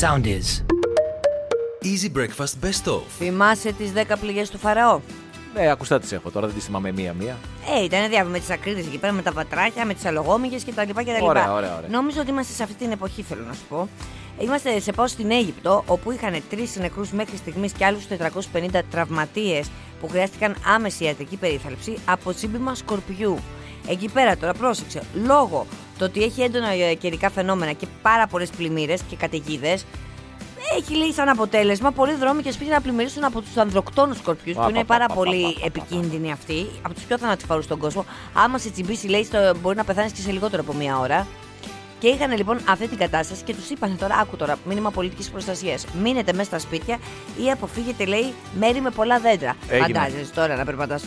Sound is. Easy Breakfast Best Of. Θυμάσαι τις 10 πληγές του Φαραώ. Ναι, ακουστά τις έχω τώρα, δεν τις θυμάμαι μία-μία. Ε, ήταν διάβημα με τις ακρίδε εκεί πέρα, με τα βατράκια, με τις αλογόμυγες κτλ. κτλ. Ωραία, ωραία, ωραία. Νομίζω ότι είμαστε σε αυτή την εποχή, θέλω να σου πω. Είμαστε σε πάω στην Αίγυπτο, όπου είχαν τρεις νεκρούς μέχρι στιγμής και άλλους 450 τραυματίες που χρειάστηκαν άμεση ιατρική περίθαλψη από τσίμπημα σκορπιού. Εκεί πέρα τώρα, πρόσεξε, λόγω το ότι έχει έντονα ε, καιρικά φαινόμενα και πάρα πολλές πλημμύρες και καταιγίδες, έχει λέει σαν αποτέλεσμα πολλοί δρόμοι και σπίτια να πλημμυρίσουν από τους ανδροκτόνους σκορπιούς, που Πα, είναι πα, πάρα πα, πα, πα, πολύ πα, πα, πα. επικίνδυνοι αυτοί, από τους πιο θανατηφάρου στον κόσμο. Άμα σε τσιμπήσει, λέει, στο, μπορεί να πεθάνεις και σε λιγότερο από μία ώρα. Και είχαν λοιπόν αυτή την κατάσταση και τους είπαν τώρα, άκου τώρα, μήνυμα πολιτικής προστασίας. Μείνετε μέσα στα σπίτια ή αποφύγετε, λέει, μέρη με πολλά δέντρα. Έγινε. Φαντάζεσαι τώρα να περπατάς,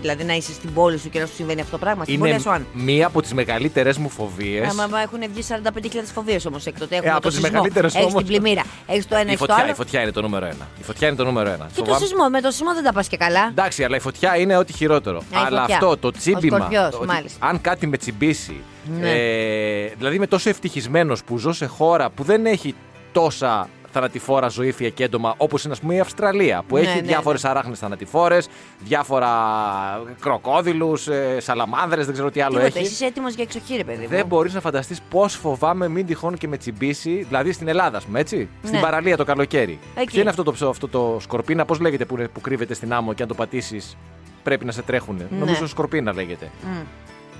δηλαδή να είσαι στην πόλη σου και να σου συμβαίνει αυτό το πράγμα. Στην Είναι πόλη σου, αν. μία από τις μεγαλύτερες μου φοβίες. Άμα μα έχουν βγει 45.000 φοβίες όμως εκτότε. Έχουμε Ε, από το τις σεισμό. μεγαλύτερες Έχεις όμως. την πλημμύρα. Έχεις το ένα, Η έχεις το άλλο. φωτιά, η φωτιά είναι το νούμερο ένα. Η φωτιά είναι το νούμερο ένα. Και το Φοβάμαι- σεισμό. Με το σεισμό δεν τα πας και καλά. Εντάξει, αλλά η φωτιά είναι ό,τι χειρότερο. Ναι, η αλλά φωτιά. αυτό το Ο τσίμπημα. σκορπιός, το ότι μάλιστα. Αν κάτι με τσιμπήσει. Ναι. Ε, δηλαδή είμαι τόσο ευτυχισμένος που ζω σε χώρα που δεν έχει τόσα θανατηφόρα ζωήφια και έντομα όπως είναι ας πούμε η Αυστραλία που Ναι, έχει ναι, διάφορες ναι. αράχνες θανατηφόρες, διάφορα κροκόδηλους, ε, σαλαμάνδρες, δεν ξέρω τι άλλο Τίποτα, έχει. εσύ είσαι έτοιμος για εξοχή, ρε παιδί. Δεν μου. μπορείς να φανταστείς πώς φοβάμαι μην τυχόν και με τσιμπήσει, δηλαδή στην Ελλάδα, ας πούμε, έτσι. Στην Ναι. παραλία το καλοκαίρι. Εκεί. Ποιο είναι αυτό το, ψ- αυτό το σκορπίνα, πώς λέγεται που, είναι- που κρύβεται στην άμμο και αν το πατήσεις πρέπει να σε τρέχουνε. Ναι. Νομίζω σκορπίνα λέγεται. Μμ.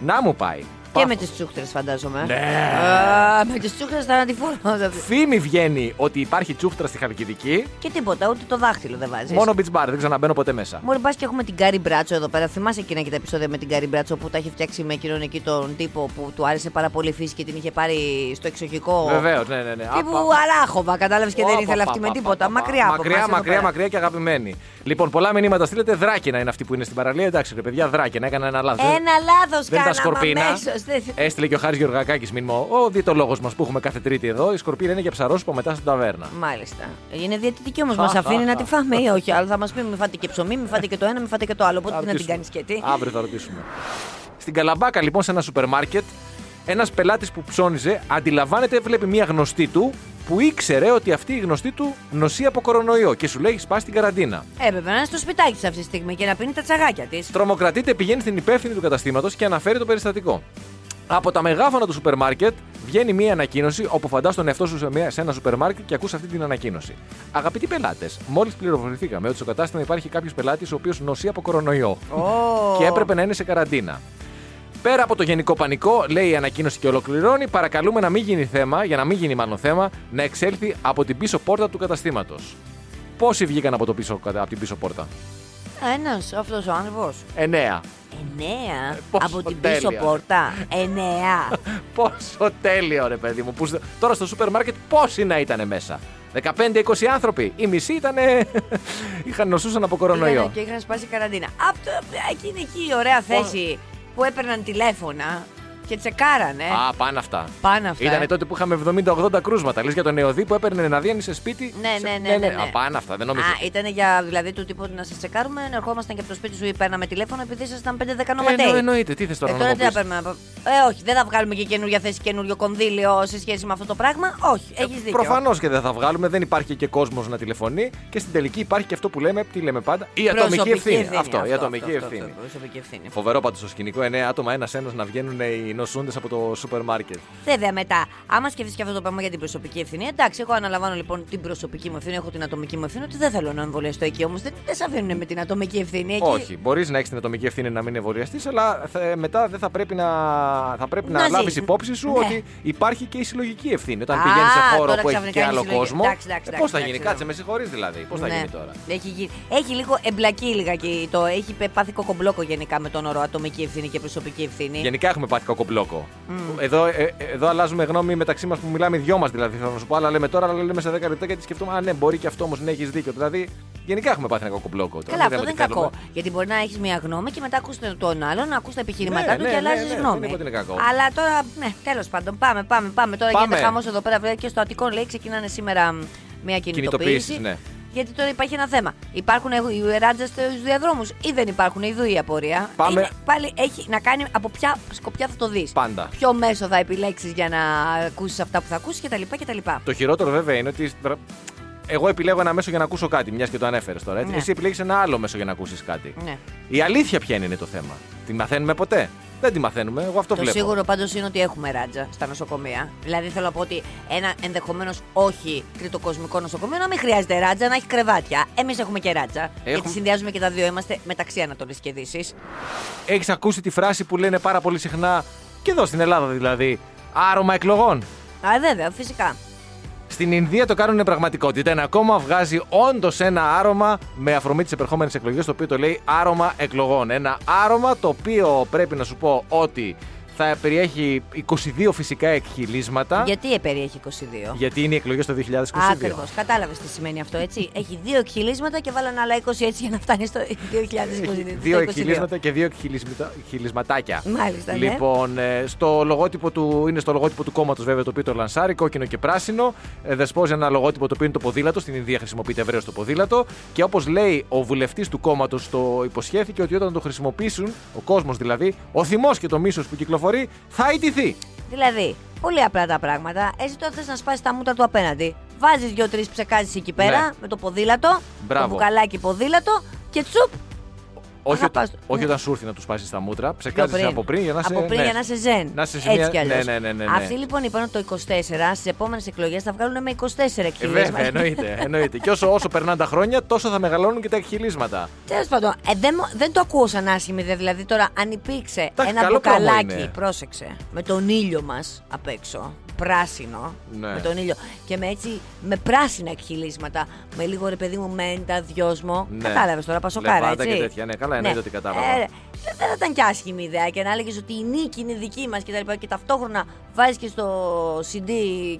Να μου πάει. Και Πάθος. με τις τσούχτρες, φαντάζομαι. Ναι. Α, με τις τσούχτρες θα αναδιφόρμα. Φήμη βγαίνει ότι υπάρχει τσούχτρα στη Χαλκιδική. Και τίποτα, ούτε το δάχτυλο δεν βάζεις. Μόνο beach bar, δεν ξαναμπαίνω ποτέ μέσα. Μόλι πας και έχουμε την Κάρι Μπράτσο εδώ πέρα. Θυμάσαι εκείνα και τα επεισόδια με την Κάρι Μπράτσο που τα είχε φτιάξει με εκείνον εκεί τον τύπο που του άρεσε πάρα πολύ η φύση και την είχε πάρει στο εξοχικό. Βεβαίως, ναι, ναι, ναι. Τύπου Απα- Αλάχοβα, κατάλαβες και δεν Ωπα, ήθελε πα, αυτή με πα, τίποτα. πα, πα. Μακριά από Μακριά, εμάς εδώ μακριά, πέρα. μακριά και αγαπημένη. Λοιπόν, πολλά μηνύματα στείλετε. Δράκαινα είναι αυτή που είναι στην παραλία. Εντάξει, ρε παιδιά, δράκαινα. Έκανα ένα λάθος. Ένα λάθος Δεν κάναμε. τα σκορπίνα. αμέσως. Δεν- Έστειλε και ο Χάρης Γεωργακάκης μήνυμα. Ο διαιτολόγο μας που έχουμε κάθε Τρίτη εδώ. Η σκορπίνα είναι για ψαρόσωπο μετά στην ταβέρνα. Μάλιστα. Είναι διαιτητική όμως, Α, μα α, αφήνει α, να α. τη φάμε ή όχι. Αλλά θα μας πει: Μη φάτε και ψωμί, μη φάτε και το ένα, μη φάτε και το άλλο. Οπότε Θα τι να την ρωτήσουμε. κάνεις και τι. Αύριο θα ρωτήσουμε. Στην Καλαμπάκα, λοιπόν, σε ένα σούπερ μάρκετ, ένας πελάτης που ψώνιζε αντιλαμβάνεται, βλέπει μία γνωστή του που ήξερε ότι αυτή η γνωστή του νοσεί από κορονοϊό και σου λέει «Έχεις πάει στην καραντίνα. Έπρεπε Ε, να είναι στο σπιτάκι της αυτή τη στιγμή και να πίνει τα τσαγάκια της. Τρομοκρατείται, πηγαίνει στην υπεύθυνη του καταστήματος και αναφέρει το περιστατικό. Από τα μεγάφωνα του σούπερ μάρκετ βγαίνει μία ανακοίνωση όπου φαντάς τον εαυτό σου σε, μια, σε ένα σούπερ μάρκετ και ακούς αυτή την ανακοίνωση. Αγαπητοί πελάτες, μόλις πληροφορηθήκαμε ότι στο κατάστημα υπάρχει κάποιος πελάτης ο οποίος νοσεί από κορονοϊό Ω. και έπρεπε να είναι σε καραντίνα. Πέρα από το γενικό πανικό, λέει η ανακοίνωση και ολοκληρώνει, παρακαλούμε να μην γίνει θέμα, για να μην γίνει μάλλον θέμα, να εξέλθει από την πίσω πόρτα του καταστήματος. Πόσοι βγήκαν από, το πίσω, από την πίσω πόρτα, Ένας αυτός Ε, ο άνθρωπος. 9. Εννέα. πόσο από την πίσω Ε, τέλεια. πόρτα. Εννέα. Πόσο τέλειο ρε παιδί μου. Που, σ- τώρα στο σούπερ μάρκετ πόσοι να ήταν μέσα. 15-20 άνθρωποι. Οι μισοί ήταν. είχαν νοσούσαν από Πήγανε κορονοϊό. και είχαν σπάσει καραντίνα. Από το, εκείνη εκεί η ωραία θέση που έπαιρναν τηλέφωνα και τσεκάρανε. Α, πάνε αυτά. ε. Πάνε αυτά. Ήταν ε. τότε που είχαμε 70-80 κρούσματα. Λες για τον νεοδί που έπαιρνε να δει αν είσαι σπίτι. Ναι, σε- ναι, ναι, ναι, ναι. Α, πάνε αυτά. Δεν νομίζω. Ε, Α, ήταν για δηλαδή του τύπου ότι να σας τσεκάρουμε, να ερχόμασταν και από το σπίτι σου ή παίρναμε τηλέφωνο επειδή ήσασταν 5-10 Ε, εννο- νοματέοι. εννοείται, τι θες τώρα Ε, να τώρα μου τι θα πεις. παίρνουμε. να πα- Ε, όχι, δεν θα βγάλουμε και καινούργια θέση, καινούριο κονδύλιο σε σχέση με αυτό το πράγμα. Όχι, έχεις δίκιο. Προφανώς Ε, και δεν θα βγάλουμε, δεν υπάρχει και κόσμος να τηλεφωνεί και στην τελική υπάρχει και αυτό που λέμε, τι λέμε πάντα, η ατομική Προσωπική ευθύνη. Αυτό, η ατομική αυτό, αυτό, ευθύνη. αυτό, προσωπική ευθύνη. Φοβερό πάντως το σκηνικό, 9 άτομα ένα-ένα να βγαίνουν οι νοσούντες από το σούπερ μάρκετ. Βέβαια, μετά, άμα σκεφτείς και αυτό το πράγμα για την προσωπική ευθύνη, εντάξει, εγώ αναλαμβάνω λοιπόν την προσωπική μου ευθύνη, έχω την ατομική μου ευθύνη, ότι δεν θέλω να εμβολιαστώ εκεί. Όμως δεν, δεν σε αφήνουν με την ατομική ευθύνη εκεί. Όχι, μπορείς να έχεις την ατομική ευθύνη να μην εμβολιαστείς, αλλά θα- μετά δεν θα πρέπει να, θα πρέπει να, Να λάβεις ζεις. υπόψη σου Ναι. ότι υπάρχει και η συλλογική ευθύνη. Όταν Α, πηγαίνεις σε χώρο τώρα που έχει ξαφνικά και είναι άλλο συλλογική. κόσμο. Εντάξει, εντάξει, Πώς θα εντάξει, γίνει, εντάξει. κάτσε, με συγχωρείς δηλαδή. Πώς θα Ναι. γίνει τώρα. Έχει, γίνει- έχει λίγο εμπλακεί λιγάκι το. Έχει πε- πάθει κοκομπλόκο γενικά με τον όρο ατομική ευθύνη και προσωπική ευθύνη. Γενικά έχουμε πάθει κοκομπλόκο. Εδώ, ε, ε, εδώ αλλάζουμε γνώμη μεταξύ μας που μιλάμε οι δυο μας δηλαδή. Θέλω να σου πω, άλλα λέμε τώρα, άλλα λέμε σε 10 λεπτά γιατί σκεφτόμαστε. Α, ναι, μπορεί και αυτό όμως να έχεις δίκιο. Δηλαδή, γενικά έχουμε πάθει ένα κοκομπλόκο. Τώρα, Καλά, αυτό λέμε δεν είναι τι θέλουμε. κακό. Γιατί μπορεί να έχεις μια γνώμη και μετά ακούς τον- τον άλλον, να ακούς τα επιχειρήματά Ναι, του ναι, και ναι, αλλάζεις ναι, δεν γνώμη. είπα ότι είναι κακό. Αλλά τώρα, ναι, τέλος πάντων, πάμε, πάμε, πάμε. Τώρα Πάμε. γίνεται χαμός εδώ πέρα βέβαια, και στο Αττικό λέει ξεκινάνε σήμερα μ, μια κινητοποίηση. Κινητοποίησεις, ναι. Γιατί τώρα υπάρχει ένα θέμα. Υπάρχουν οι ράτζε στους διαδρόμους ή δεν υπάρχουν, ειδού η απορία. Πάμε. Είναι- πάλι έχει να κάνει από ποια σκοπιά θα το δεις. Πάντα. Ποιο μέσο θα επιλέξεις για να ακούσεις αυτά που θα ακούσεις κτλ. κτλ. Το χειρότερο βέβαια είναι ότι. τρα- Εγώ επιλέγω ένα μέσο για να ακούσω κάτι, μιας και το ανέφερες τώρα. Έτσι. Ναι. Εσύ επιλέγεις ένα άλλο μέσο για να ακούσεις κάτι. Ναι. Η αλήθεια ποια είναι, είναι το θέμα. Τη μαθαίνουμε ποτέ. Δεν τη μαθαίνουμε. Εγώ αυτό Το βλέπω. σίγουρο πάντως είναι ότι έχουμε ράτζα στα νοσοκομεία. Δηλαδή θέλω να πω ότι ένα ενδεχομένως όχι τριτοκοσμικό νοσοκομείο να μην χρειάζεται ράτζα, να έχει κρεβάτια. Εμείς έχουμε και ράτζα. Γιατί Έχουμε- συνδυάζουμε και τα δύο. Είμαστε μεταξύ Ανατολής και Δύσης. Έχεις ακούσει τη φράση που λένε πάρα πολύ συχνά και εδώ στην Ελλάδα δηλαδή. Άρωμα εκλογών. Α, βέβαια, φυσικά. Στην Ινδία το κάνουν πραγματικότητα. Ένα κόμμα βγάζει όντως ένα άρωμα με αφορμή τις επερχόμενες εκλογές, το οποίο το λέει άρωμα εκλογών. Ένα άρωμα το οποίο πρέπει να σου πω ότι θα περιέχει 22 φυσικά εκχυλίσματα. Γιατί περιέχει 22. Γιατί είναι οι εκλογές το 2022. Ακριβώ. Κατάλαβες τι σημαίνει αυτό, έτσι. Έχει δύο εκχυλίσματα και βάλανε άλλα 20 έτσι για να φτάνει στο 2022. Έχει δύο στο 22. εκχυλίσματα και δύο εκχυλισμητα- εκχυλισματάκια. Μάλιστα, ναι. Λοιπόν, ε, στο λογότυπο του, είναι στο λογότυπο του κόμματος βέβαια το οποίο το λανσάρει, κόκκινο και πράσινο. Ε, δεσπόζει ένα λογότυπο το οποίο είναι το ποδήλατο. Στην Ινδία χρησιμοποιείται ευρέως το ποδήλατο. Και όπως λέει ο βουλευτής του κόμματος, το υποσχέθηκε ότι όταν το χρησιμοποιήσουν, ο κόσμος δηλαδή, ο θυμός και το μίσος που κυκλοφορεί θα ιτηθεί. Δηλαδή, πολύ απλά τα πράγματα. Εσύ τώρα θες να σπάσεις τα μούτρα του απέναντι. Βάζεις δύο-τρει ψεκάζεις εκεί πέρα Ναι. με το ποδήλατο. Μπράβο. Το μπουκαλάκι ποδήλατο και τσουπ. Όχι, Αγαπάς ότι- το. όχι Ναι. όταν σου έρθει να τους πάσει τα μούτρα, Πιο ψεκάζει Ε, από πριν για να σε. από πριν ναι. για να σε ζεν. Να είσαι σε Έτσι μια- κι αλλιώς. ναι, ναι, ναι, ναι, ναι. Αυτοί λοιπόν είπαν ότι το 24 στις επόμενες εκλογές θα βγάλουν με 24 Ε, εκχυλίσματα. βέβαια, εννοείται. εννοείται. και όσο, όσο περνάνε τα χρόνια, τόσο θα μεγαλώνουν και τα εκχυλίσματα. Τέλος πάντων, ε, δεν, μου- δεν το ακούω σαν άσχημη ιδέα. Δηλαδή, τώρα αν υπήρξε Εντάξει, ένα καλό πρόμο μπουκαλάκι, είναι. πρόσεξε, με τον ήλιο μας απ' έξω, πράσινο, Ναι. με τον ήλιο, και με έτσι με πράσινα εκχυλίσματα, με λίγο ρε παιδί μου μέντα, δυόσμο. Ναι. Κατάλαβες τώρα, πασοκάρα, Λεβάντα έτσι. και τέτοια, ναι, καλά, εννοείται ότι κατάλαβα. Ε, ρε, δεν θα ήταν και άσχημη ιδέα και να έλεγες ότι η νίκη είναι δική μας και τα λοιπά. Και ταυτόχρονα βάζεις και στο CD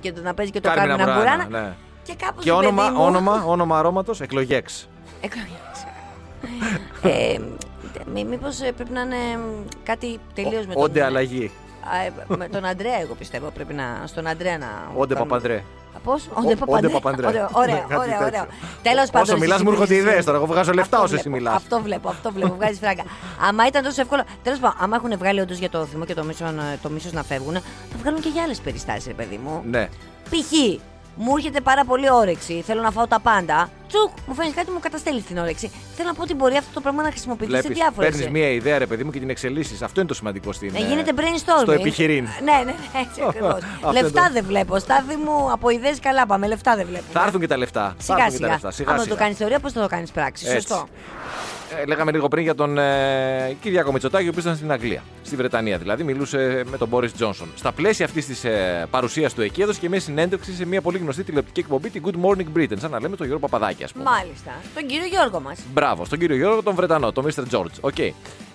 και το, να παίζει και το Κάρμινα Κάρμινα Μπουράνα, Μπουράνα. ναι. Και κάπω. Και όνομα, όνομα, όνομα αρώματος, εκλογέξ. Εκλογές. ε, μή- μήπως ε, πρέπει να είναι ε, κάτι τελείως με τον... Όντε αλλαγή. Α, ε, με τον Αντρέα, εγώ πιστεύω πρέπει να. Στον Αντρέα να. Όντε κάνουμε. Παπανδρέ. Α, Πώς? Όντε Όντε Παπανδρέ. Παπανδρέ. Ωραίο, Ναι, ωραίο, κάτι ωραίο. τέτοιο. ωραίο. Τέλος Όσο πάντων. εσύ μιλάς, μου έρχονται συνεχίζεις. ιδέες τώρα. Εγώ βγάζω λεφτά Αυτό όσο εσύ βλέπω, μιλάς. Αυτό βλέπω, αυτό βλέπω. Βγάζεις φράγκα. Άμα ήταν τόσο εύκολο. Τέλος πάντων, άμα έχουν βγάλει όντως για το θυμό και το μίσος, το μίσος να φεύγουν, θα βγάλουν και για άλλες περιστάσεις, ρε παιδί μου. Ναι. Π.χ. μου έρχεται πάρα πολύ όρεξη, θέλω να φάω τα πάντα. Τσουκ, μου φέρνει κάτι, μου καταστέλει την όρεξη. Θέλω να πω ότι μπορεί αυτό το πράγμα να χρησιμοποιηθεί σε Βλέπεις, διάφορες. παίρνεις μία ιδέα, ρε παιδί μου, και την εξελίσσεις. Αυτό είναι το σημαντικό στην. Να ε, ε. γίνεται brainstorming. Στο επιχειρήν. Ναι, ναι, ναι, έτσι ακριβώς. Αυτό είναι λεφτά το- δεν βλέπω. Στάδι μου από ιδέες καλά πάμε. Λεφτά δεν βλέπω. Θα έρθουν και τα λεφτά. Θα Σιγά έρθουν και τα σιγά. λεφτά. Σιγά, Άμα το σιγά. κάνεις θεωρία, πώς θα το κάνεις πράξη. Έτσι. Σωστό. Ε, λέγαμε λίγο πριν για τον ε, Κυριάκο Μητσοτάκη, ο οποίος ήταν στην Αγγλία, στη Βρετανία δηλαδή, μιλούσε με τον Μπόρι Τζόνσον. Στα πλαίσια αυτής της ε, παρουσίας του εκεί έδωσε και μια συνέντευξη σε μια πολύ γνωστή τηλεοπτική εκπομπή, την Good Morning Britain, σαν να λέμε τον Γιώργο Παπαδάκη, ας πούμε. Μάλιστα. Τον κύριο Γιώργο μας. Μπράβο, στον κύριο Γιώργο, τον Βρετανό, τον Mr. George. Οκ.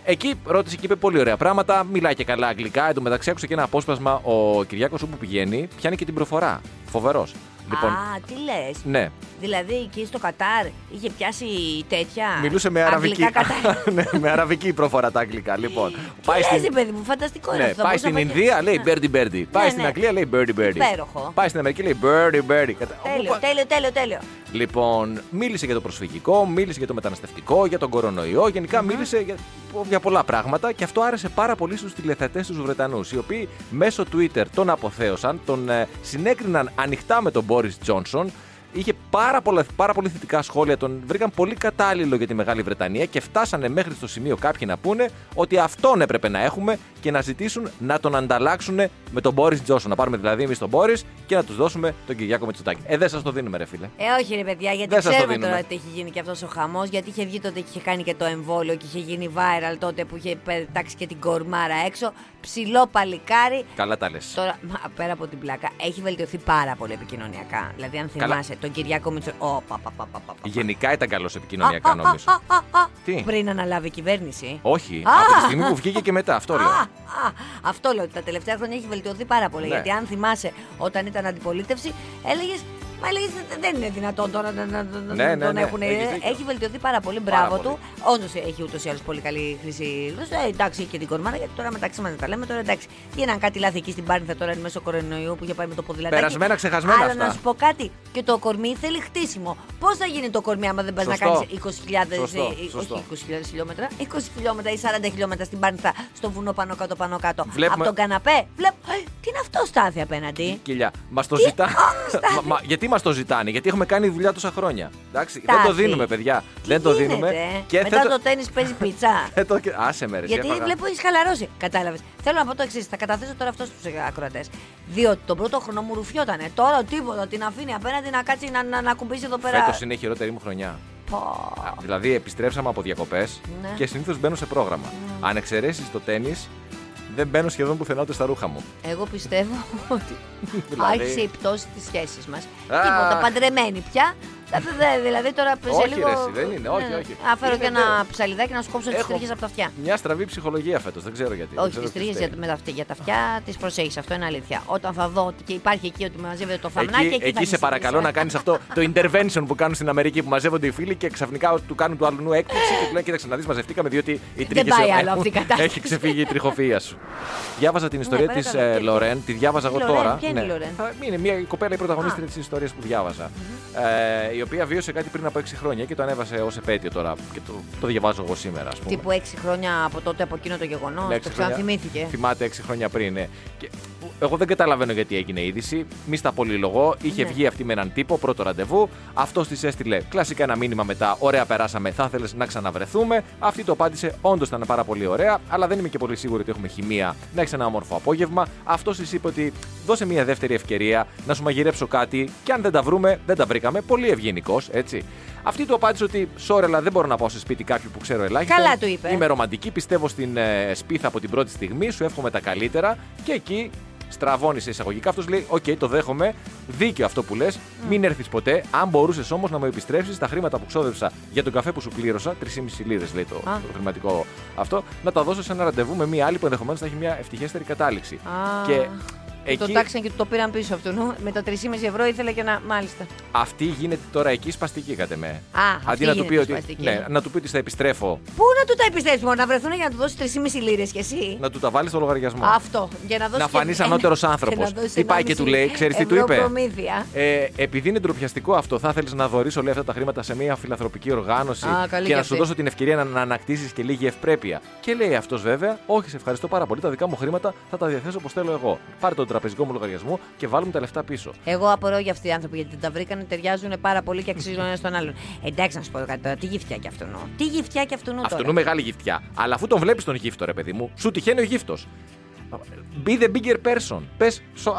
Εκεί ρώτησε και είπε πολύ ωραία πράγματα, μιλάει και καλά αγγλικά. Εν τω μεταξύ άκουσε και ένα απόσπασμα ο Κυριάκος όπου πηγαίνει, πιάνει και την προφορά. Φοβερός. Λοιπόν, Α, τι λες. ναι, Δηλαδή εκεί στο Κατάρ είχε πιάσει τέτοια. μιλούσε με αραβική. Αγγλικά κατά- ναι, με αραβική προφορά τα αγγλικά. Λοιπόν, Τι λες, ρε παιδί μου, φανταστικό είναι Ναι, αυτό. πάει Μπορούσα στην να πάει και- Ινδία, λέει Ναι. birdie birdie. Πάει Ναι, στην ναι. Αγγλία, λέει birdie birdie. Υπέροχο. Πάει στην Αμερική, λέει birdie birdie. Κατα- Τέλειο, Οπα- τέλειο, τέλειο, τέλειο. Λοιπόν, μίλησε για το προσφυγικό, μίλησε για το μεταναστευτικό, για τον κορονοϊό. γενικά μίλησε για, για πολλά πράγματα και αυτό άρεσε πάρα πολύ στους τηλεθεατές τους Βρετανούς, οι οποίοι μέσω Twitter τον αποθέωσαν, τον ε, συνέκριναν ανοιχτά με τον Μπόρι Τζόνσον. Είχε πάρα, πολλά, πάρα πολύ θετικά σχόλια, τον βρήκαν πολύ κατάλληλο για τη Μεγάλη Βρετανία και φτάσανε μέχρι στο σημείο κάποιοι να πούνε ότι αυτόν έπρεπε να έχουμε και να ζητήσουν να τον ανταλλάξουν με τον Μπόρις Τζόνσον. Να πάρουμε δηλαδή εμείς τον Μπόρις και να τους δώσουμε τον Κυριάκο Μετσουτάκη. Ε, δεν σας το δίνουμε, ρε φίλε. Ε, όχι ρε παιδιά, γιατί Δεν σας το ξέρουμε δίνουμε. τώρα ότι έχει γίνει και αυτός ο χαμός. Γιατί είχε βγει τότε και είχε κάνει και το εμβόλιο και είχε γίνει viral τότε που είχε πετάξει και την κορμάρα έξω. Ψηλό παλικάρι. Καλά τα λες. Τώρα, μα, πέρα από την πλάκα, έχει βελτιωθεί πάρα πολύ επικοινωνιακά. Δηλαδή, αν Καλά. θυμάσαι, τον Κυριάκο Μητσο... Ω, πα, πα, πα, πα, πα, πα. Γενικά ήταν καλός Α, επικοινωνιακά, α, νομίζω. α, α, α. Τι? Πριν αναλάβει η κυβέρνηση. Όχι, Α! από τη στιγμή που βγήκε και μετά, αυτό λέω. Α, α, αυτό λέω ότι τα τελευταία χρόνια έχει βελτιωθεί πάρα πολύ. Ναι. Γιατί αν θυμάσαι, όταν ήταν αντιπολίτευση, έλεγες. Μα έλεγε δεν είναι δυνατόν τώρα να, να, να- να Ναι, ναι, τον ναι, έχουν. έχεις δίκιο. Έχει βελτιωθεί πάρα πολύ. Πάρα Μπράβο πολύ. του. Όντως έχει ούτως ή άλλως πολύ καλή χρήση γλώσσα. Ε, εντάξει, έχει και την κορμάρα, γιατί τώρα μεταξύ μας τα λέμε. Τώρα εντάξει, γίνανε κάτι λάθη εκεί στην Πάρνηθα τώρα εν μέσω κορονοϊού που είχε πάει με το ποδηλατάκι. Περασμένα, ξεχασμένα Αλλά αυτά. να σου πω κάτι. και το κορμί θέλει χτίσιμο. Πώς θα γίνει το κορμί άμα δεν πας να Σωστό. κάνεις 20.000 Σωστό, ή- σωστό. ε, όχι 20.000 χιλιόμετρα, 20 χιλιόμετρα ή 40 χιλιόμετρα στην Πάρνηθα, στο βουνό πάνω κάτω πάνω κάτω. Βλέπουμε- Από τον καναπέ βλέπω. «Ε, Τι είναι αυτό στάθη απέναντι. Κοιλιά. Μας το Τι? ζητά... Α, Στάθη. Μα- μα- γιατί μας το ζητάνε, Γιατί έχουμε κάνει δουλειά τόσα χρόνια. Εντάξει, δεν το Στάθη. δίνουμε, παιδιά. Τι δεν το γίνεται, δίνουμε. ε? Μετά θέτω- το τέννη παίζει πιτσα. θέτω και- Άσε με, ρε, Γιατί έφαγα. βλέπω έχεις χαλαρώσει. Κατάλαβες. Θέλω να πω το εξής. Θα καταθέσω τώρα αυτός στου ακροατές. Διότι τον πρώτο χρόνο μου ρουφιότανε. Τώρα τίποτα. Την αφήνει απέναντι να κάτσει να, να, να κουμπίσει εδώ πέρα. Φέτος είναι η χειρότερη μου χρονιά. Πω. Α, Δηλαδή, επιστρέψαμε από διακοπές Ναι. και συνήθως μπαίνω σε πρόγραμμα. Αν εξαιρέσεις το τέννη, δεν μπαίνω σχεδόν πουθενά ούτε στα ρούχα μου. Εγώ πιστεύω ότι Δηλαδή- άρχισε η πτώση της σχέσης μας. Αχ. Τίποτα, παντρεμένη πια. Δηλαδή, δε- δηλαδή τώρα σε Όχι, λίγο. ρε, εσύ, δεν είναι, όχι, όχι. Α, φέρω και Είναι, ένα ναι. ψαλιδάκι να σου κόψω τις Έχω- τρίχες από τα αυτιά. Μια στραβή ψυχολογία φέτος, δεν ξέρω γιατί. δεν Όχι, ξέρω τις τι τρίχες φταίει. για, με τα αυτιά- για τα αυτιά τις προσέχεις. Αυτό είναι αλήθεια. Όταν θα δω ότι και υπάρχει εκεί ότι μαζεύεται το φαμνάκι. Εκεί, θα ε. εκεί σε ανησυχήσω. παρακαλώ να κάνεις αυτό το intervention που κάνουν στην Αμερική που μαζεύονται οι φίλοι και ξαφνικά του κάνουν του άλλου έκπληξη και του λένε: Κοίταξε να δεις, μαζευτήκαμε διότι η τρίχη πάει άλλο αυτή η κατάσταση. Έχει ξεφύγει η τριχοφία σου. Διάβαζα την ιστορία τη Ναι, παρακαλώ, και- Λορέν, τη διάβαζα Η εγώ Λορέν, τώρα. ποια είναι η Ναι. Λορέν? Θα- Είναι μια κοπέλα η πρωταγωνίστρια Α. της ιστορίας που διάβαζα. Ε, η οποία βίωσε κάτι πριν από 6 χρόνια και το ανέβασε ως επέτειο τώρα. Και το, το διαβάζω εγώ σήμερα, ας πούμε. Τύπου 6 χρόνια από τότε από εκείνο το γεγονός. Ναι, Το έξι χρόνια- ξαναθυμήθηκε. Θυμάται 6 χρόνια πριν, ναι. Και εγώ δεν καταλαβαίνω γιατί έγινε η είδηση. Μη στα πολυλογώ. Είχε Ναι. βγει αυτή με έναν τύπο, πρώτο ραντεβού. Αυτό της έστειλε κλασικά ένα μήνυμα μετά. Ωραία, περάσαμε. Θα ήθελες να ξαναβρεθούμε. Αυτή το απάντησε. Όντως ήταν πάρα πολύ ωραία, αλλά δεν είμαι και πολύ σίγουρη ότι έχουμε χημεία. Να έχεις ένα όμορφο απόγευμα. Αυτό της είπε ότι δώσε μια δεύτερη ευκαιρία να σου μαγειρέψω κάτι. Και αν δεν τα βρούμε, δεν τα βρήκαμε. Πολύ ευγενικός, έτσι. Αυτή του απάντησε ότι sorry, αλλά δεν μπορώ να πάω σε σπίτι κάποιου που ξέρω ελάχιστα. Καλά του είπε. Είμαι ρομαντική, πιστεύω στην ε, σπίθα από την πρώτη στιγμή, σου εύχομαι τα καλύτερα και εκεί στραβώνεις σε εισαγωγικά. Αυτός λέει: Οκ, το δέχομαι. Δίκιο αυτό που λες. Mm. Μην έρθεις ποτέ. Αν μπορούσες όμως να μου επιστρέψεις τα χρήματα που ξόδευσα για τον καφέ που σου πλήρωσα, 3,5 λίρες λέει το, Α. το χρηματικό αυτό, να τα δώσω σε ένα ραντεβού με μία άλλη που ενδεχομένως θα έχει μια ευτυχέστερη κατάληξη. Α, και Του Το εκεί τάξαν και του το πήραν πίσω αυτού. νου. Με τα 3,5 ευρώ ήθελε και να. Μάλιστα. αυτή γίνεται τώρα εκεί σπαστική κατά με. Α, αυτή να του, γίνεται πει ότι, σπαστική. ναι, να του πει ότι θα επιστρέφω, Πού να του τα επιστρέψεις μόνο, να βρεθούν για να του δώσεις 3,5 λίρες κι εσύ. να του τα βάλεις στο λογαριασμό. Αυτό. Για να, δώσεις Να και φανείς ένα- ανώτερος και να άνθρωπος. δώσεις Τι πάει και 1,5 του λέει, ξέρεις τι του ευρώ είπε? προμήθεια. Ε, επειδή είναι ντροπιαστικό αυτό, θα ήθελε να δωρήσω όλα αυτά τα χρήματα σε μια φιλαθροπική οργάνωση Α, καλή και κι να αυτή. σου δώσω την ευκαιρία να, να ανακτήσεις και λίγη ευπρέπεια. Και λέει αυτός βέβαια, Όχι, σε ευχαριστώ πάρα πολύ. Τα δικά μου χρήματα θα τα διαθέσω όπως θέλω εγώ. Πάρε τον τραπεζικό μου λογαριασμό και βάλουμε τα λεφτά πίσω. Εγώ απορώ για αυτοί οι άνθρωποι γιατί τα βρήκανε, ταιριάζουν πάρα πολύ και αξίζουν ένα στον άλλον. Εντάξει, να σου πω κάτι τώρα, τι γυφτιά κι αυτόν. Τι γυφτιά κι αυτόν. Αυτό είναι μεγάλη γυφτιά. Αλλά αφού τον βλέπεις τον γύφτο, ρε παιδί μου, σου τυχαίνει ο γύφτος. Be the bigger person. Πες,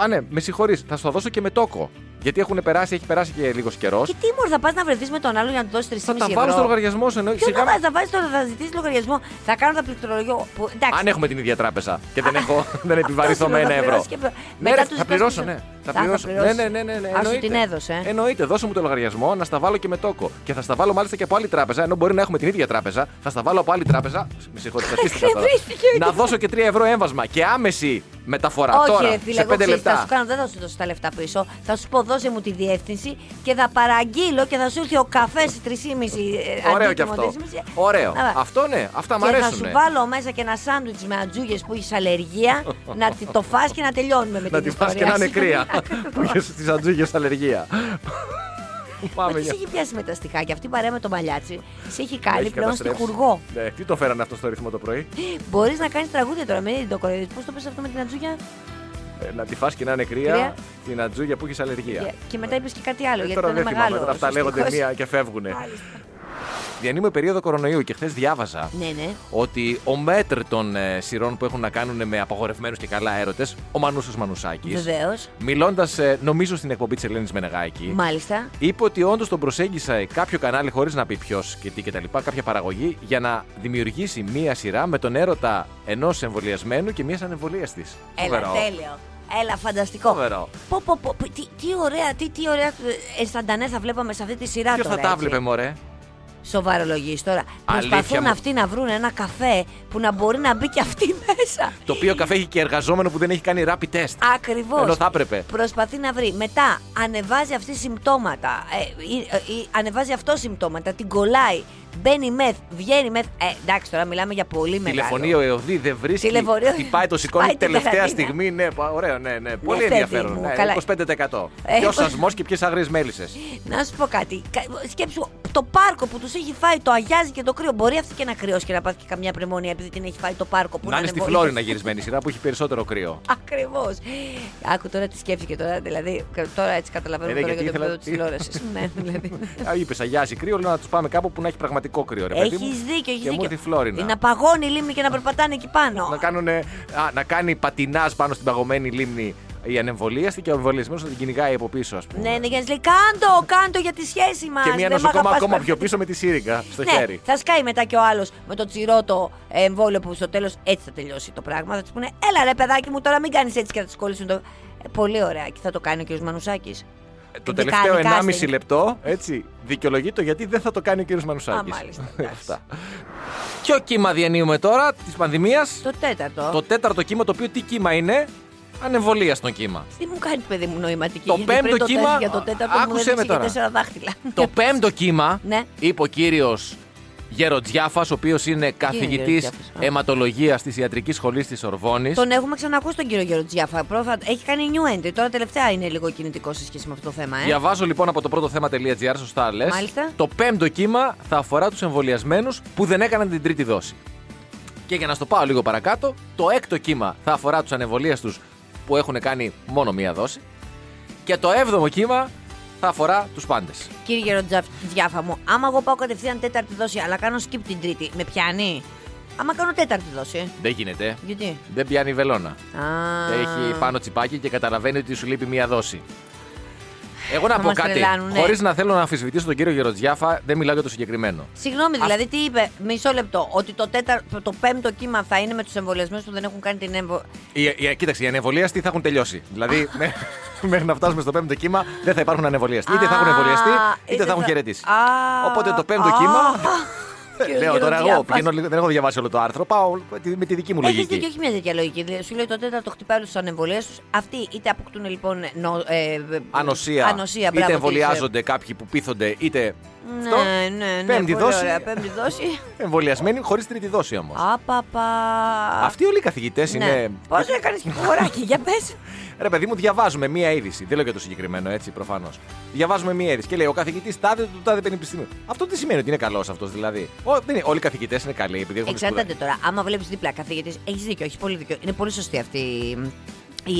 α ναι, με συγχωρείς, θα σου τα δώσω και με τόκο. Γιατί έχουν περάσει, έχει περάσει και λίγος καιρός. Και τι μωρ, θα πας να βρεθείς με τον άλλον για να του δώσεις 3,5 Θα ευρώ. τα βάλω στο λογαριασμό σου εννοεί. Ποιο Σιγά- θα βάζει, θα βάζει τώρα, θα ζητήσεις λογαριασμό. Θα κάνω τα πληκτρολογιό. Που, εντάξει, Αν έχουμε την ίδια τράπεζα και δεν, έχω, δεν αυτό επιβαρυνθώ σου με λέω, ένα θα ευρώ. πληρώσεις και- Ναι, μετά ρε, τους θα ζητάς πληρώσω, πίσω. ναι. Θα Α, πληρώσω. Ναι, πληρώσεις. ναι, ναι, ναι, ναι. Α, σου εννοείται. την έδωσε. ε. Εννοείται, δώσε μου το λογαριασμό να στα βάλω και με τόκο. Και θα στα βάλω μάλιστα και από άλλη τράπεζα, ενώ μπορεί να έχουμε την ίδια τράπεζα. Θα στα βάλω από άλλη τράπεζα. Με συγχωρείτε, στίστηκα τώρα. Εκνευρίστηκε ο να δώσω και 3 ευρώ έμβασμα και άμεση μεταφορά Όχι, τώρα ρε φίλε, σε εγώ 5 ξέρεις, θα λεπτά. σου κάνω, δεν θα σου δώσω τα λεφτά πίσω. Θα σου πω, δώσε μου τη διεύθυνση και θα παραγγείλω και θα σου έρθει ο καφές 3,5 ε, Ωραίο αντίτιμο, και αυτό. 3,5. Ωραίο. Να βάλω. Αυτό ναι, αυτά μ' Και θα αρέσουν. σου βάλω μέσα και ένα σάντουιτ με ατζούγες που έχεις αλλεργία, να τη- το φας και να τελειώνουμε με Να την τη ιστορία. φας και να είναι σου. κρύα. Που είχε στι ατζούγες αλλεργία. Μα Πάμε της για. έχει πιάσει με τα στοιχάκια. Αυτή η παρέα με τον Παλιάτσι σε έχει κάνει Έχει πλέον στη καταστρέψει. χουργό. Ναι, τι το φέρανε αυτό στο ρυθμό το πρωί. Μπορείς να κάνεις τραγούδια τώρα, μην το κοροϊδεύεις. Πώς το πες αυτό με την ατζούγια. Ε, να τη φας και να είναι κρύα, Κρύα. Ε, την ατζούγια που έχεις αλλεργία. Και μετά είπες και κάτι άλλο, Ε, γιατί τώρα ήταν δεν θυμάμαι, μεγάλο. τώρα αυτά λέγονται δυστυχώς. μία και φεύγουνε. Μάλιστα. Διανύουμε περίοδο κορονοϊού και χθες διάβαζα Ναι, ναι. ότι ο μέτρ των ε, σειρών που έχουν να κάνουν με απαγορευμένους και καλά έρωτες, ο Μανούσος Μανουσάκης, Βεβαίως. μιλώντας ε, νομίζω στην εκπομπή της Ελένης Μενεγάκη, Μάλιστα. είπε ότι όντως τον προσέγγισε κάποιο κανάλι χωρίς να πει ποιος και τι κτλ. Κάποια παραγωγή για να δημιουργήσει μία σειρά με τον έρωτα ενός εμβολιασμένου και μίας ανεμβολίας της. Έλα, τέλειο. Έλα, φανταστικό. Φοβερό. Πω, πω, πω, πω, τι, τι ωραία, τι, τι ωραία ε, ενσταντανέ θα βλέπαμε σε αυτή τη σειρά Ποιος τώρα. θα τα έτσι. βλέπε, μωρέ. Σοβαρολογείς τώρα. Προσπαθούν μου. αυτοί να βρουν ένα καφέ που να μπορεί να μπει και αυτή μέσα. Το οποίο καφέ έχει και εργαζόμενο που δεν έχει κάνει rapid test. Ακριβώς. Ενώ θα έπρεπε. Προσπαθεί να βρει. Μετά ανεβάζει αυτή συμπτώματα. Ε, ή- ε, ή- ανεβάζει αυτό συμπτώματα. Την κολλάει. Μπαίνει μεθ, βγαίνει μεθ. Ε, εντάξει, τώρα μιλάμε για πολύ μεγάλο. Τηλεφωνεί ο Εωδή, δεν βρίσκει. Τηλεφορείο. Χτυπάει το σηκώνει Χτυπάει την τελευταία καραντίνα. στιγμή. Ναι, πα- ωραίο, ναι, ναι. Πολύ παιδί ενδιαφέρον. μου, Ναι, καλά. 25%. Ε, Ποιο σασμός και ποιες αγρίε μέλισσες. Να σου πω κάτι. Κα- Σκέψου, το πάρκο που τους έχει φάει το αγιάζει και το κρύο. Μπορεί αυτή και να κρυώσει και να πάθει και καμιά πνευμονία επειδή την έχει φάει το πάρκο που Να είναι στη Φλόρινα γυρισμένη η σειρά που έχει περισσότερο κρύο. Ακριβώς. Άκου τώρα τη σκέψη και τώρα, δηλαδή. κα- Τώρα έτσι Ε, καταλαβαίνω ναι, τώρα γιατί για το ήθελα- επίπεδο της τηλεόρασης. ναι, δηλαδή. Είπες Αγιάζει κρύο, λέω να τους πάμε κάπου που να έχει πραγματικό κρύο. ρε παιδί μου. Έχει δίκιο, έχεις Και μου δίκιο. έρθει η Φλόρινα. Να παγώνει η λίμνη και να περπατάνε εκεί πάνω. να, κάνουνε- α, να κάνει πατινάς πάνω στην παγωμένη λίμνη η ανεμβολίαστη και ο εμβολιασμένο να την κυνηγάει από πίσω, ας πούμε. Ναι, ναι, για να σου λέει κάντο, κάντο για τη σχέση μας. και μια νοσοκόμα ακόμα πιο πίσω με τη σύριγγα στο ναι, χέρι. Θα σκάει μετά και ο άλλος με το τσιρότο ε, εμβόλιο που στο τέλος έτσι θα τελειώσει το πράγμα. Θα του πούνε, έλα ρε παιδάκι μου, τώρα μην κάνεις έτσι και θα του κολλήσουν το. Ε, πολύ ωραία και θα το κάνει ο κ. Μανουσάκης. Το Την τελευταίο κάνει 1,5 casting. λεπτό, έτσι, δικαιολογεί το γιατί δεν θα το κάνει ο κύριος Μανουσάκης. Α, μάλιστα, εντάξει. Ποιο κύμα διανύουμε τώρα της πανδημίας, Το τέταρτο. το τέταρτο κύμα, το οποίο τι κύμα είναι, ανεμβολίαστο κύμα. Τι μου κάνει, παιδί μου, νοηματική. Το γιατί πέμπτο πριν το κύμα- τέσσερα- Για το τέταρτο Άκουσε μου έδειξε με και τώρα. τέσσερα δάχτυλα. Το πέμπτο κύμα, Ναι. είπε ο κύριος Γεροτζιάφα, ο οποίος είναι καθηγητή Γεροτζιάφας, α. αιματολογίας της ιατρικής σχολής της Ορβόνης. Τον έχουμε ξανακούσει τον κύριο Γεροτζιάφα. Πρόφα- Έχει κάνει new entry. Τώρα τελευταία είναι λίγο κινητικό σε σχέση με αυτό το θέμα. Ε. Διαβάζω λοιπόν από το πρώτο θέμα.gr, σωστά λες. Μάλιστα. Το πέμπτο κύμα θα αφορά τους εμβολιασμένους που δεν έκαναν την τρίτη δόση. Και για να στο πάω λίγο παρακάτω, το έκτο κύμα θα αφορά τους ανεβολίαστου που έχουν κάνει μόνο μία δόση. Και το έβδομο κύμα θα αφορά τους πάντες. Κύριε Γεροτζιάφα μου, άμα εγώ πάω κατευθείαν τέταρτη δόση, αλλά κάνω skip την τρίτη, με πιάνει. Άμα κάνω τέταρτη δόση. Δεν γίνεται. Γιατί. Δεν πιάνει βελόνα. Α, Έχει πάνω τσιπάκι και καταλαβαίνει ότι σου λείπει μία δόση. Εγώ να Θα πω μας κάτι. τρελάνουν, ναι. Χωρίς να θέλω να αμφισβητήσω τον κύριο Γεροτζιάφα, δεν μιλάω για το συγκεκριμένο. Συγγνώμη, δηλαδή τι είπε, μισό λεπτό, ότι το, τέταρτο, το πέμπτο κύμα θα είναι με τους εμβολιασμένου που δεν έχουν κάνει την εμβο... Οι, οι, κοίταξε, οι ανεβολίαστοι θα έχουν τελειώσει. Δηλαδή, μέ- μέχρι να φτάσουμε στο πέμπτο κύμα, δεν θα υπάρχουν ανεβολίαστοι. Είτε θα έχουν Α, εμβολιαστεί, είτε είτε θα έχουν θα- χαιρετήσει. Α, Οπότε το πέμπτο α, κύμα. κύριε Λέω τώρα Γεροντιάφα. εγώ, πηγαίνω λίγο- δεν έχω διαβάσει όλο το άρθρο. Πάω με τη δική μου Έχεις δίκιο, λογική. όχι μια τέτοια λογική. Δηλαδή, Σου λέει το τέταρτο χτυπάει όλου του ανεμβολιαστού. Αυτοί είτε αποκτούν λοιπόν. Νο, ε, ε, Ανοσία. ανοσία μπράβο, είτε της, ε, εμβολιάζονται κάποιοι που πείθονται, είτε. αυτό. Ναι, ναι, ναι. Πέμπτη πολύ δόση. Ωραία, πέμπτη δόση. Εμβολιασμένοι χωρίς τρίτη δόση όμως. Άπαπα. Αυτοί όλοι οι καθηγητές Ναι. είναι. Πώς έκανε και χωράκι, για πες. Ρε παιδί μου, διαβάζουμε μία είδηση. Δεν λέω για το συγκεκριμένο, έτσι, προφανώς. Διαβάζουμε μία είδηση και λέει ο καθηγητής τάδε του τάδε πανεπιστημίου. Αυτό τι σημαίνει ότι είναι καλός αυτός, δηλαδή. Ο, δεν είναι, όλοι οι καθηγητές είναι καλοί, επειδή έχουν Εξαρτάται σπουδάσει. τώρα. Άμα βλέπεις δίπλα καθηγητής, έχεις δίκιο, έχεις πολύ δίκιο. Είναι πολύ σωστή αυτή η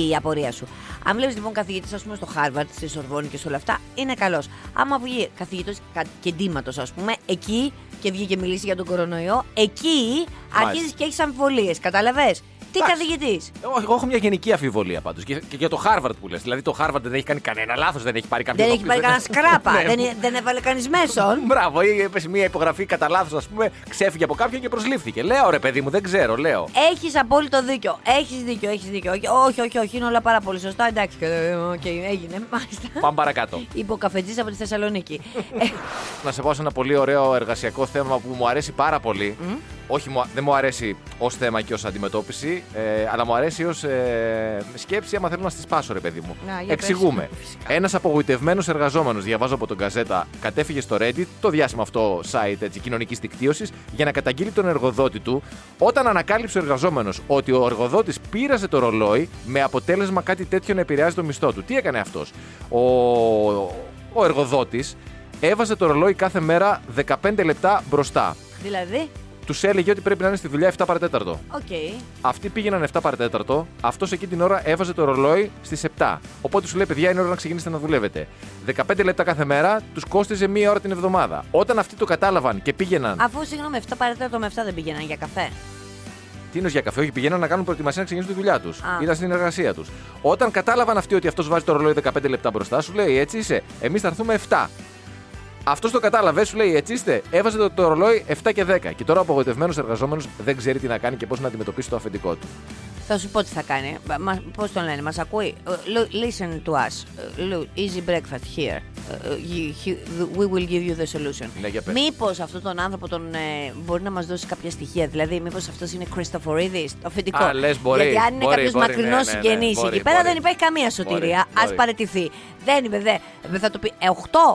η απορία σου. Αν βλέπεις λοιπόν καθηγητής, ας πούμε, στο Χάρβαρτ, στη Σορβόνη και σε όλα αυτά, είναι καλός. Άμα βγει καθηγητή κεντήματο, ας πούμε, εκεί και βγει και μιλήσει για τον κορονοϊό, εκεί αρχίζεις και έχεις αμφιβολίες. Καταλαβέ. Τι Εντάξει. καθηγητής. Εγώ, εγώ έχω μια γενική αφιβολία πάντως. Και, και, για το Χάρβαρτ που λες. Δηλαδή το Χάρβαρτ δεν έχει κάνει κανένα λάθος, δεν έχει πάρει κάποιο. Δεν έχει πάρει κανένα σκράπα. Ναι. δεν, ε- δεν έβαλε κανείς μέσον. Μπράβο, ή έπεσε μια υπογραφή κατά λάθος, ας πούμε, ξέφυγε από κάποιον και προσλήφθηκε. Λέω ρε παιδί μου, δεν ξέρω, λέω. Έχεις απόλυτο δίκιο. Έχεις δίκιο, έχεις δίκιο. Όχι, όχι, όχι, όχι, είναι όλα πάρα πολύ σωστά. Εντάξει, και, ε, οκ, έγινε. Μάλιστα. Πάμε παρακάτω. Είπε ο καφετζής από τη Θεσσαλονίκη. Ε, Να σε πάω σε ένα πολύ ωραίο εργασιακό θέμα που μου αρέσει πάρα πολύ. Όχι, μου α- δεν μου αρέσει ως θέμα και ως αντιμετώπιση, ε, αλλά μου αρέσει ως ε, σκέψη. Άμα θέλω να στη σπάσω, ρε παιδί μου. Να, για Εξηγούμε. πες. Φυσικά. Ένας απογοητευμένος εργαζόμενος, διαβάζω από τον Καζέτα, κατέφυγε στο Reddit, το διάσημο αυτό site έτσι, κοινωνικής δικτύωσης, για να καταγγείλει τον εργοδότη του, όταν ανακάλυψε ο εργαζόμενος ότι ο εργοδότης πήραζε το ρολόι με αποτέλεσμα κάτι τέτοιο να επηρεάζει το μισθό του. Τι έκανε αυτός. Ο, ο εργοδότης έβαζε το ρολόι κάθε μέρα 15 λεπτά μπροστά. δηλαδή, Τους έλεγε ότι πρέπει να είναι στη δουλειά 7 παρατέταρτο. οκ. Αυτοί πήγαιναν 7 παρατέταρτο, αυτός εκεί την ώρα έβαζε το ρολόι στις 7. Οπότε σου λέει: Παιδιά, είναι ώρα να ξεκινήσετε να δουλεύετε. 15 λεπτά κάθε μέρα τους κόστιζε μία ώρα την εβδομάδα. Όταν αυτοί το κατάλαβαν και πήγαιναν. Αφού συγγνώμη, 7 παρατέταρτο με 7 δεν πήγαιναν για καφέ. Τι είναι ως για καφέ, όχι, πήγαιναν να κάνουν προετοιμασία να ξεκινήσουν τη δουλειά τους. Α. Ήταν στην εργασία τους. Όταν κατάλαβαν αυτοί ότι αυτός βάζει το ρολόι 15 λεπτά μπροστά, σου λέει: Έτσι είσαι, εμείς θα έρθουμε 7. Αυτός το κατάλαβε, σου λέει: Έτσι είστε, έβαζε το, το ρολόι 7 και 10. Και τώρα ο απογοητευμένος εργαζόμενος δεν ξέρει τι να κάνει και πώς να αντιμετωπίσει το αφεντικό του. Θα σου πω τι θα κάνει. Μα- Πώς τον λένε, μας ακούει. Ε, lo- Listen to us. Ε, lo- Easy breakfast here. ε, you- he- we will give you the solution. Ναι, για πες. Μήπως αυτόν τον άνθρωπο τον, ε, μπορεί να μας δώσει κάποια στοιχεία. Δηλαδή, μήπως αυτός είναι Κρυστοφορίδη, το αφεντικό. Α, λες, μπορεί, Γιατί αν είναι μπορεί, κάποιος μπορεί, ναι, μακρινός ναι, ναι, συγγενής μπορεί, εκεί πέρα μπορεί. δεν υπάρχει καμία σωτηρία. Μπορεί, Ας μπορεί. παραιτηθεί. Δεν είμαι δε. ε, Θα το πει. Ε,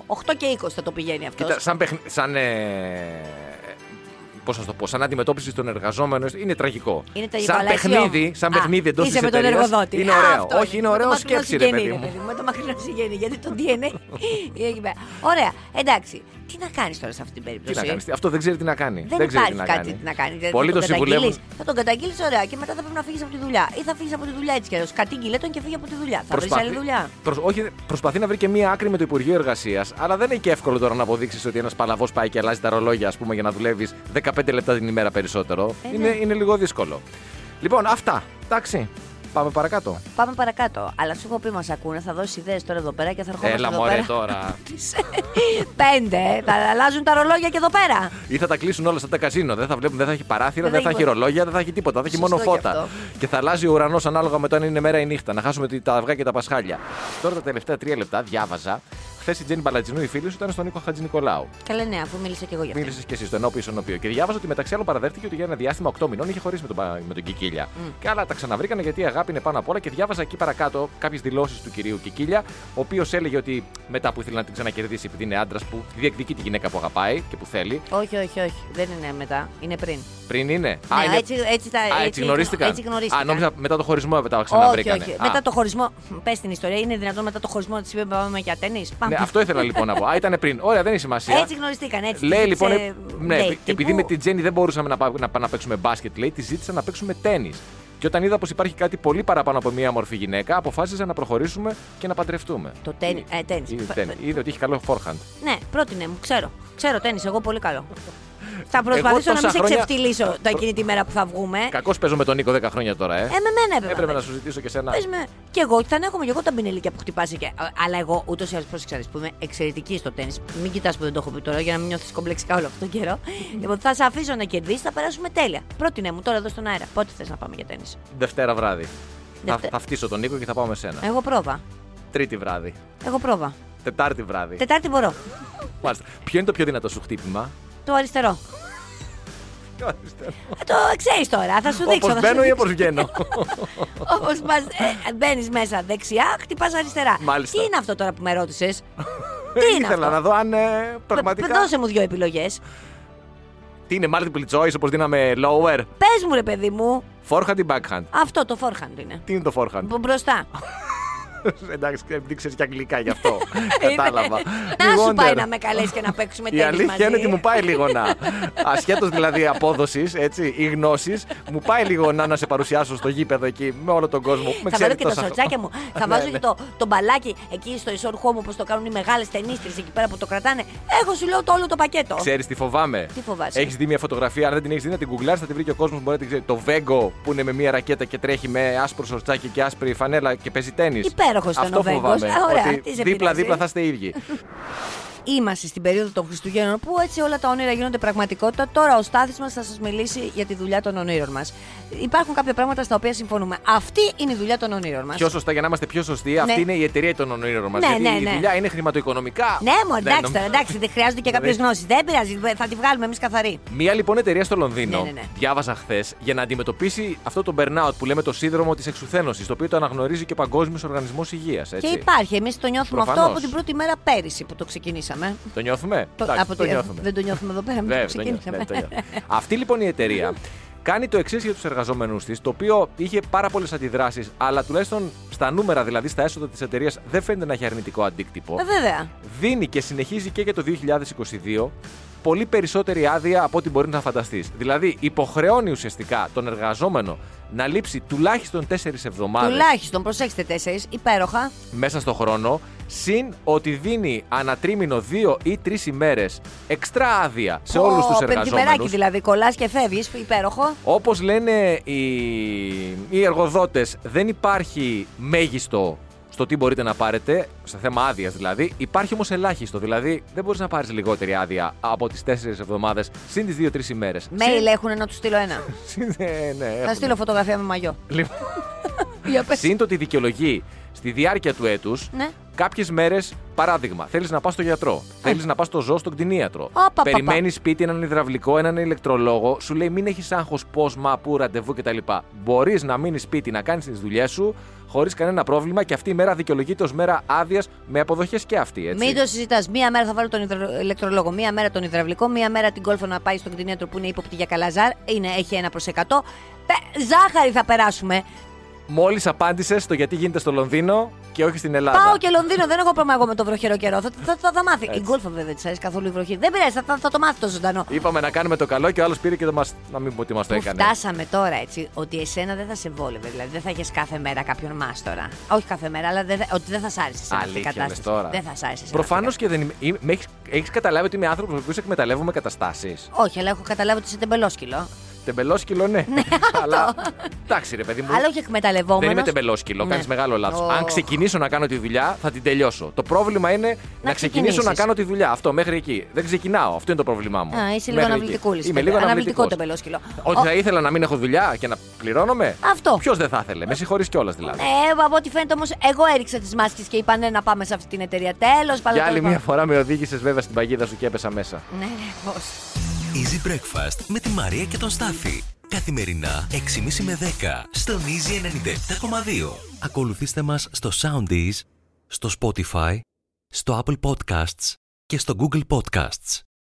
8, 8 και 20 θα το πηγαίνει αυτός. Κοίτα, σαν, παιχνι... σαν ε... Πώς να το πω, σαν αντιμετώπιση των εργαζόμενων είναι τραγικό. Είναι τραγικό, σαν αλλά εσύ παιχνίδι, όμως. σαν Α, παιχνίδι εντός Είσαι με τον εργοδότη. Είναι Α, ωραίο. αυτό Όχι, είναι Με το ωραίο μακρινό σκέψη, ρε συγγενή, παιδί μου. Με το μακρινός συγγενή, γιατί το DNA είναι εκεί πέρα. Ωραία, εντάξει. Τι να κάνεις τώρα σε αυτή την Τι να περίπτωση. ε? κάνεις, αυτό δεν ξέρει τι να κάνει. Δεν, ξέρει υπάρχει κάτι να κάνει. Δηλαδή, Πολλοί θα το τον καταγγείλεις. συμβουλεύουν. Θα τον καταγγείλεις, ωραία, και μετά θα πρέπει να φύγεις από τη δουλειά. Ή θα φύγεις από τη δουλειά έτσι κι αλλιώς. Κατήγγειλε τον και φύγει από τη δουλειά. Θα βρεις άλλη δουλειά. Προσ... Όχι, προσπαθεί να βρει και μία άκρη με το Υπουργείο Εργασίας, αλλά δεν είναι και εύκολο τώρα να αποδείξεις ότι ένας παλαβός πάει και αλλάζει τα ρολόγια, ας πούμε, για να δουλεύεις 15 λεπτά την ημέρα περισσότερο. Ε, είναι, ναι. είναι λίγο δύσκολο. Λοιπόν, αυτά. Εντάξει. Πάμε παρακάτω. Πάμε παρακάτω. Αλλά σου έχω πει μας ακούνε, θα δώσει ιδέες τώρα εδώ πέρα και θα ερχόμαστε Έλα, εδώ μωρέ πέρα. τώρα. Τις Πέντε. Θα αλλάζουν τα ρολόγια και εδώ πέρα. Ή θα τα κλείσουν όλα σαν τα καζίνο. Δεν θα, βλέπουν, δεν θα έχει παράθυρα, Δεν θα δεν, θα έχει έχει ποτέ. ρολόγια, δεν θα έχει τίποτα. Θα έχει μόνο Σωστό και φώτα. αυτό. Και θα αλλάζει ο ουρανός ανάλογα με το αν είναι μέρα ή νύχτα. Να χάσουμε τη- τα αυγά και τα πασχάλια. Τώρα τα τελευταία τρία λεπτά διάβαζα. Χθες η Τζέννη Μπαλατζινού, η φίλη σου, ήταν στον Νίκο Χατζηνικολάου. Καλά, ναι, αφού μίλησα κι εγώ για αυτό. Μίλησες και εσύ στο ενώπιο στον οποίος. Και διάβαζα ότι μεταξύ άλλων παραδέχτηκε ότι για ένα διάστημα 8 μηνών είχε χωρίσει με τον, Πα- με τον Κικίλια. Και άλλα τα ξαναβρήκανε γιατί η αγάπη είναι πάνω απ' όλα. Και διάβαζα εκεί παρακάτω κάποιες δηλώσεις του κυρίου Κικίλια, ο οποίος έλεγε ότι μετά που ήθελε να την ξανακερδίσει επειδή είναι άντρας που διεκδικεί τη γυναίκα που αγαπάει και που θέλει. Όχι, όχι, όχι. Δεν είναι μετά. Είναι πριν. Πριν είναι. Ναι, είναι- έτσι, έτσι, τα, Α, έτσι, γνωριστήκαν. Έτσι γνωρίστηκαν. Α, νόμιζα μετά το χωρισμό μετά τα όχι, ξαναβρήκανε. όχι. Α, Μετά το χωρισμό. Πες την ιστορία, είναι δυνατόν μετά το χωρισμό να τη είπε πάμε για ταινί. Πάμε. ναι, αυτό ήθελα λοιπόν να πω. Α, ήταν πριν. Ωραία, δεν έχει σημασία. Έτσι γνωριστήκαν. Έτσι Λέει της λοιπόν. ζήτησε ναι, date, επει- επειδή τύπου, με την Τζέννη δεν μπορούσαμε να, πά- να, να παίξουμε μπάσκετ, λέει, τη ζήτησα να παίξουμε τέννη. Και όταν είδα πως υπάρχει κάτι πολύ παραπάνω από μία μορφή γυναίκα, αποφάσισα να προχωρήσουμε και να παντρευτούμε. Το τένι- Ή- ε, τένις. Είδε, Πα- τένις. Είδε ότι έχει καλό forehand. Ναι, πρότεινε μου, ξέρω. Ξέρω τέννη, εγώ πολύ καλό. θα προσπαθήσω να τόσα μην σε χρόνια- ξεφτυλίσω τα εκείνη τη μέρα που θα βγούμε. Κακώ παίζω με τον Νίκο 10 χρόνια τώρα, ε. Ε, με μένα έπρεπε. Έπρεπε να σου ζητήσω και σένα. Πες με, και εγώ θα ανέχομαι και εγώ τα μπινελίκια που χτυπάσει. Και... Αλλά εγώ ούτως ή άλλως πρόσεξα που είμαι εξαιρετική στο τέννη. Μην κοιτάς που δεν το έχω πει τώρα για να μην νιώθεις κομπλεξικά όλο αυτόν τον καιρό. λοιπόν, θα σε αφήσω να κερδίσεις, θα περάσουμε τέλεια. Πρότεινε μου τώρα εδώ στον αέρα. Πότε θες να πάμε για τέννη. Δευτέρα βράδυ. Θα, Δευτε- Ε. θα φτύσω τον Νίκο και θα πάω με σένα. Εγώ πρόβα. Τρίτη βράδυ. Εγώ πρόβα. Τετάρτη βράδυ. Τετάρτη μπορώ. Μάλιστα. Ποιο είναι το πιο δυνατό σου χτύπημα. Το αριστερό. Ε, το ξέρεις τώρα, θα σου δείξω. Όπως θα σου μπαίνω ή δείξω. όπως βγαίνω. Όπως πας, ε, μπαίνεις μέσα δεξιά, χτυπάς αριστερά. Μάλιστα. Τι είναι αυτό τώρα που με ρώτησες. Τι είναι Ήθελα αυτό? να δω αν ε, πραγματικά. Δώσε μου δύο επιλογές. Τι είναι multiple choice όπως δίναμε lower. Πες μου, ρε παιδί μου, Forehand ή backhand. αυτό το forehand είναι. Τι είναι το forehand. Μπ- Μπροστά. Εντάξει, δεν ξέρεις και αγγλικά γι' αυτό. Κατάλαβα. να You σου πάει wonder. να με καλέσεις και να παίξουμε Η τέννις μαζί. αλήθεια είναι ότι μου πάει λίγο να. Ασχέτως δηλαδή απόδοσης ή γνώσης, μου πάει λίγο να, να σε παρουσιάσω στο γήπεδο εκεί με όλο τον κόσμο. που με Θα βάλω ξέρει και τα τόσα σορτσάκια μου. Ναι, Θα βάζω ναι. και το, το μπαλάκι εκεί στο ισόρχό μου, όπως το κάνουν οι μεγάλες ταινίστρες εκεί πέρα που το κρατάνε. Έχω σου λέω το όλο το πακέτο. Ξέρεις τι φοβάμαι. Τι φοβάσαι? Έχεις δει μια φωτογραφία, αν δεν την έχεις δει, να την κουγκλάρει, θα την βρει και ο κόσμος μπορεί να την ξέρει. Το Βέγκο που είναι με μια ρακέτα και τρέχει με άσπρο σορτσάκι και άσπρη φανέλα και παίζει τέννη. Υπέροχος ήταν Αυτό ο Βέγκος. φοβάμαι. Α, ωραία, τι σε ότι πειράζει. δίπλα-δίπλα θα είστε ίδιοι. Είμαστε στην περίοδο των Χριστουγέννων που έτσι όλα τα όνειρα γίνονται πραγματικότητα. Τώρα ο Στάθης μας θα σας μιλήσει για τη δουλειά των ονείρων μας. Υπάρχουν κάποια πράγματα στα οποία συμφωνούμε. Αυτή είναι η δουλειά των ονείρων μας. πιο σωστά, για να είμαστε πιο σωστοί, αυτή είναι η εταιρεία των ονείρων μας. Ναι, γιατί ναι, η ναι. δουλειά είναι χρηματοοικονομικά. Ναι, μου εντάξει νομ- τώρα, εντάξει, δεν χρειάζονται και κάποιε Δεν- γνώσεις. Δεν πειράζει, θα τη βγάλουμε εμείς καθαρή. Μία λοιπόν εταιρεία στο Λονδίνο, Ναι, ναι, ναι. διάβαζα χθες, για να αντιμετωπίσει αυτό το burnout που λέμε το σύνδρομο της εξουθένωσης, το οποίο το αναγνωρίζει και ο Παγκόσμιος Οργανισμός Υγείας. Και υπάρχει, εμείς το νιώθουμε αυτό Προφανώς. από την πρώτη μέρα πέρυσι που το ξεκινήσαμε. Το νιώθουμε. Το- Εντάξει, από το τη- νιώθουμε. Δεν το νιώθουμε εδώ πέρα, μην το Βέβαια, το νιώθω, ξεκινήσαμε. ναι, το νιώθω. Αυτή λοιπόν η εταιρεία κάνει το εξής για τους εργαζόμενους της, το οποίο είχε πάρα πολλές αντιδράσεις, αλλά τουλάχιστον στα νούμερα, δηλαδή στα έσοδα της εταιρείας, δεν φαίνεται να έχει αρνητικό αντίκτυπο. Ε, Βέβαια. Δίνει και συνεχίζει και για το 2022 πολύ περισσότερη άδεια από ό,τι μπορεί να φανταστείς. Δηλαδή, υποχρεώνει ουσιαστικά τον εργαζόμενο να λείψει τουλάχιστον 4 εβδομάδες Τουλάχιστον, προσέξτε τέσσερις, υπέροχα. μέσα στο χρόνο, συν ότι δίνει ανατρίμηνο 2 ή 3 ημέρες εξτρά άδεια σε όλους τους Πενκυπεράκι εργαζόμενου. δηλαδή, κολλάς και φεύγεις, υπέροχο. Όπως λένε οι, οι εργοδότες, δεν υπάρχει μέγιστο στο τι μπορείτε να πάρετε, σε θέμα άδειας δηλαδή. Υπάρχει όμως ελάχιστο. Δηλαδή, δεν μπορείς να πάρεις λιγότερη άδεια από τις 4 εβδομάδες συν τις 2-3 ημέρε. Mail έχουν να τους στείλω ένα. Συν, ναι, ναι, Θα έχουμε. στείλω φωτογραφία με μαγιό. Λοιπόν, Για πες. Συν το ότι δικαιολογεί στη διάρκεια του έτους, Ναι. κάποιες μέρες, παράδειγμα, θέλεις να πας στο γιατρό, θέλεις να πας στο ζώο, στον κτηνίατρο. Ω, πα, πα, Περιμένεις σπίτι έναν υδραυλικό, έναν ηλεκτρολόγο, σου λέει μην έχεις άγχος πώ, μα, πού, ραντεβού κτλ. Μπορείς να μείνεις σπίτι, να κάνεις τις δουλειές σου χωρίς κανένα πρόβλημα και αυτή η μέρα δικαιολογείται ως μέρα άδειας με αποδοχές και αυτή. Έτσι. Μην το συζητάς. Μία μέρα θα βάλω τον υδρο- ηλεκτρολόγο, μία μέρα τον υδραυλικό, μία μέρα την κόλφο να πάει στον κτηνίατρο που είναι ύποπτη για καλαζάρ. Είναι, έχει ένα προς εκατό. Πε- Ζάχαρη θα περάσουμε. Μόλις απάντησες στο γιατί γίνεται στο Λονδίνο και όχι στην Ελλάδα. Πάω και Λονδίνο, δεν έχω πρόβλημα εγώ με το βροχερό καιρό. Θα, θα, θα, θα μάθει. Η γκολφα βέβαια της αρέσει καθόλου η βροχή. Δεν πειράζει, θα, θα, θα το μάθει το ζωντανό. Είπαμε να κάνουμε το καλό και ο άλλος πήρε και το μας... να μην πούμε ότι μας το Που έκανε. φτάσαμε τώρα έτσι, ότι εσένα δεν θα σε βόλευε. Δηλαδή δεν θα είχες κάθε μέρα κάποιον μάστορα. Όχι κάθε μέρα, αλλά δεν, θα- ότι δεν θα σ' άρεσε σε αυτή η Αλήθεια λες κατάσταση. τώρα. Δεν θα σ' άρεσε. σε Προφανώς αυτή η και δεν είμαι. είμαι- με έχεις- Έχεις καταλάβει ότι είμαι άνθρωπος με οποίους εκμεταλλεύομαι καταστάσεις. κατάσταση. Όχι, αλλά έχω καταλάβει ότι είσαι τεμπελόσκυλο. Τεμπελόσκυλο, ναι. αλλά. Εντάξει, ρε παιδί μου. Αλλά όχι εκμεταλλευόμενος. Δεν είμαι τεμπελόσκυλο, Ναι. κάνει μεγάλο λάθος. Ωχ. Αν ξεκινήσω να κάνω τη δουλειά, θα την τελειώσω. Το πρόβλημα είναι να, ξεκινήσω ξεκινήσεις. να κάνω τη δουλειά. Αυτό μέχρι εκεί. Δεν ξεκινάω. Αυτό είναι το πρόβλημά μου. Α, είσαι λίγο Μέχρι εκεί. αναβλητικούλης. Είμαι λίγο αναβλητικό αναβλητικός. τεμπελόσκυλο. Ότι Ο- θα ήθελα να μην έχω δουλειά και να πληρώνομαι. Αυτό. Ποιος δεν θα ήθελε. Με συγχωρείς κιόλας δηλαδή. Ε, από ό,τι φαίνεται όμως, εγώ έριξα τις μάσκες και είπα ναι να πάμε σε αυτή την εταιρεία. Τέλος πάντων. Για άλλη τέλος μια πάντων. φορά με οδήγησες βέβαια στην παγίδα σου και έπεσα μέσα. Ναι, ναι, πώς. Easy Breakfast με τη Μαρία και τον Στάφη. Καθημερινά 6.30 με 10 στον Easy 97.2. Ακολουθήστε μας στο Soundees, στο Spotify, στο Apple Podcasts και στο Google Podcasts.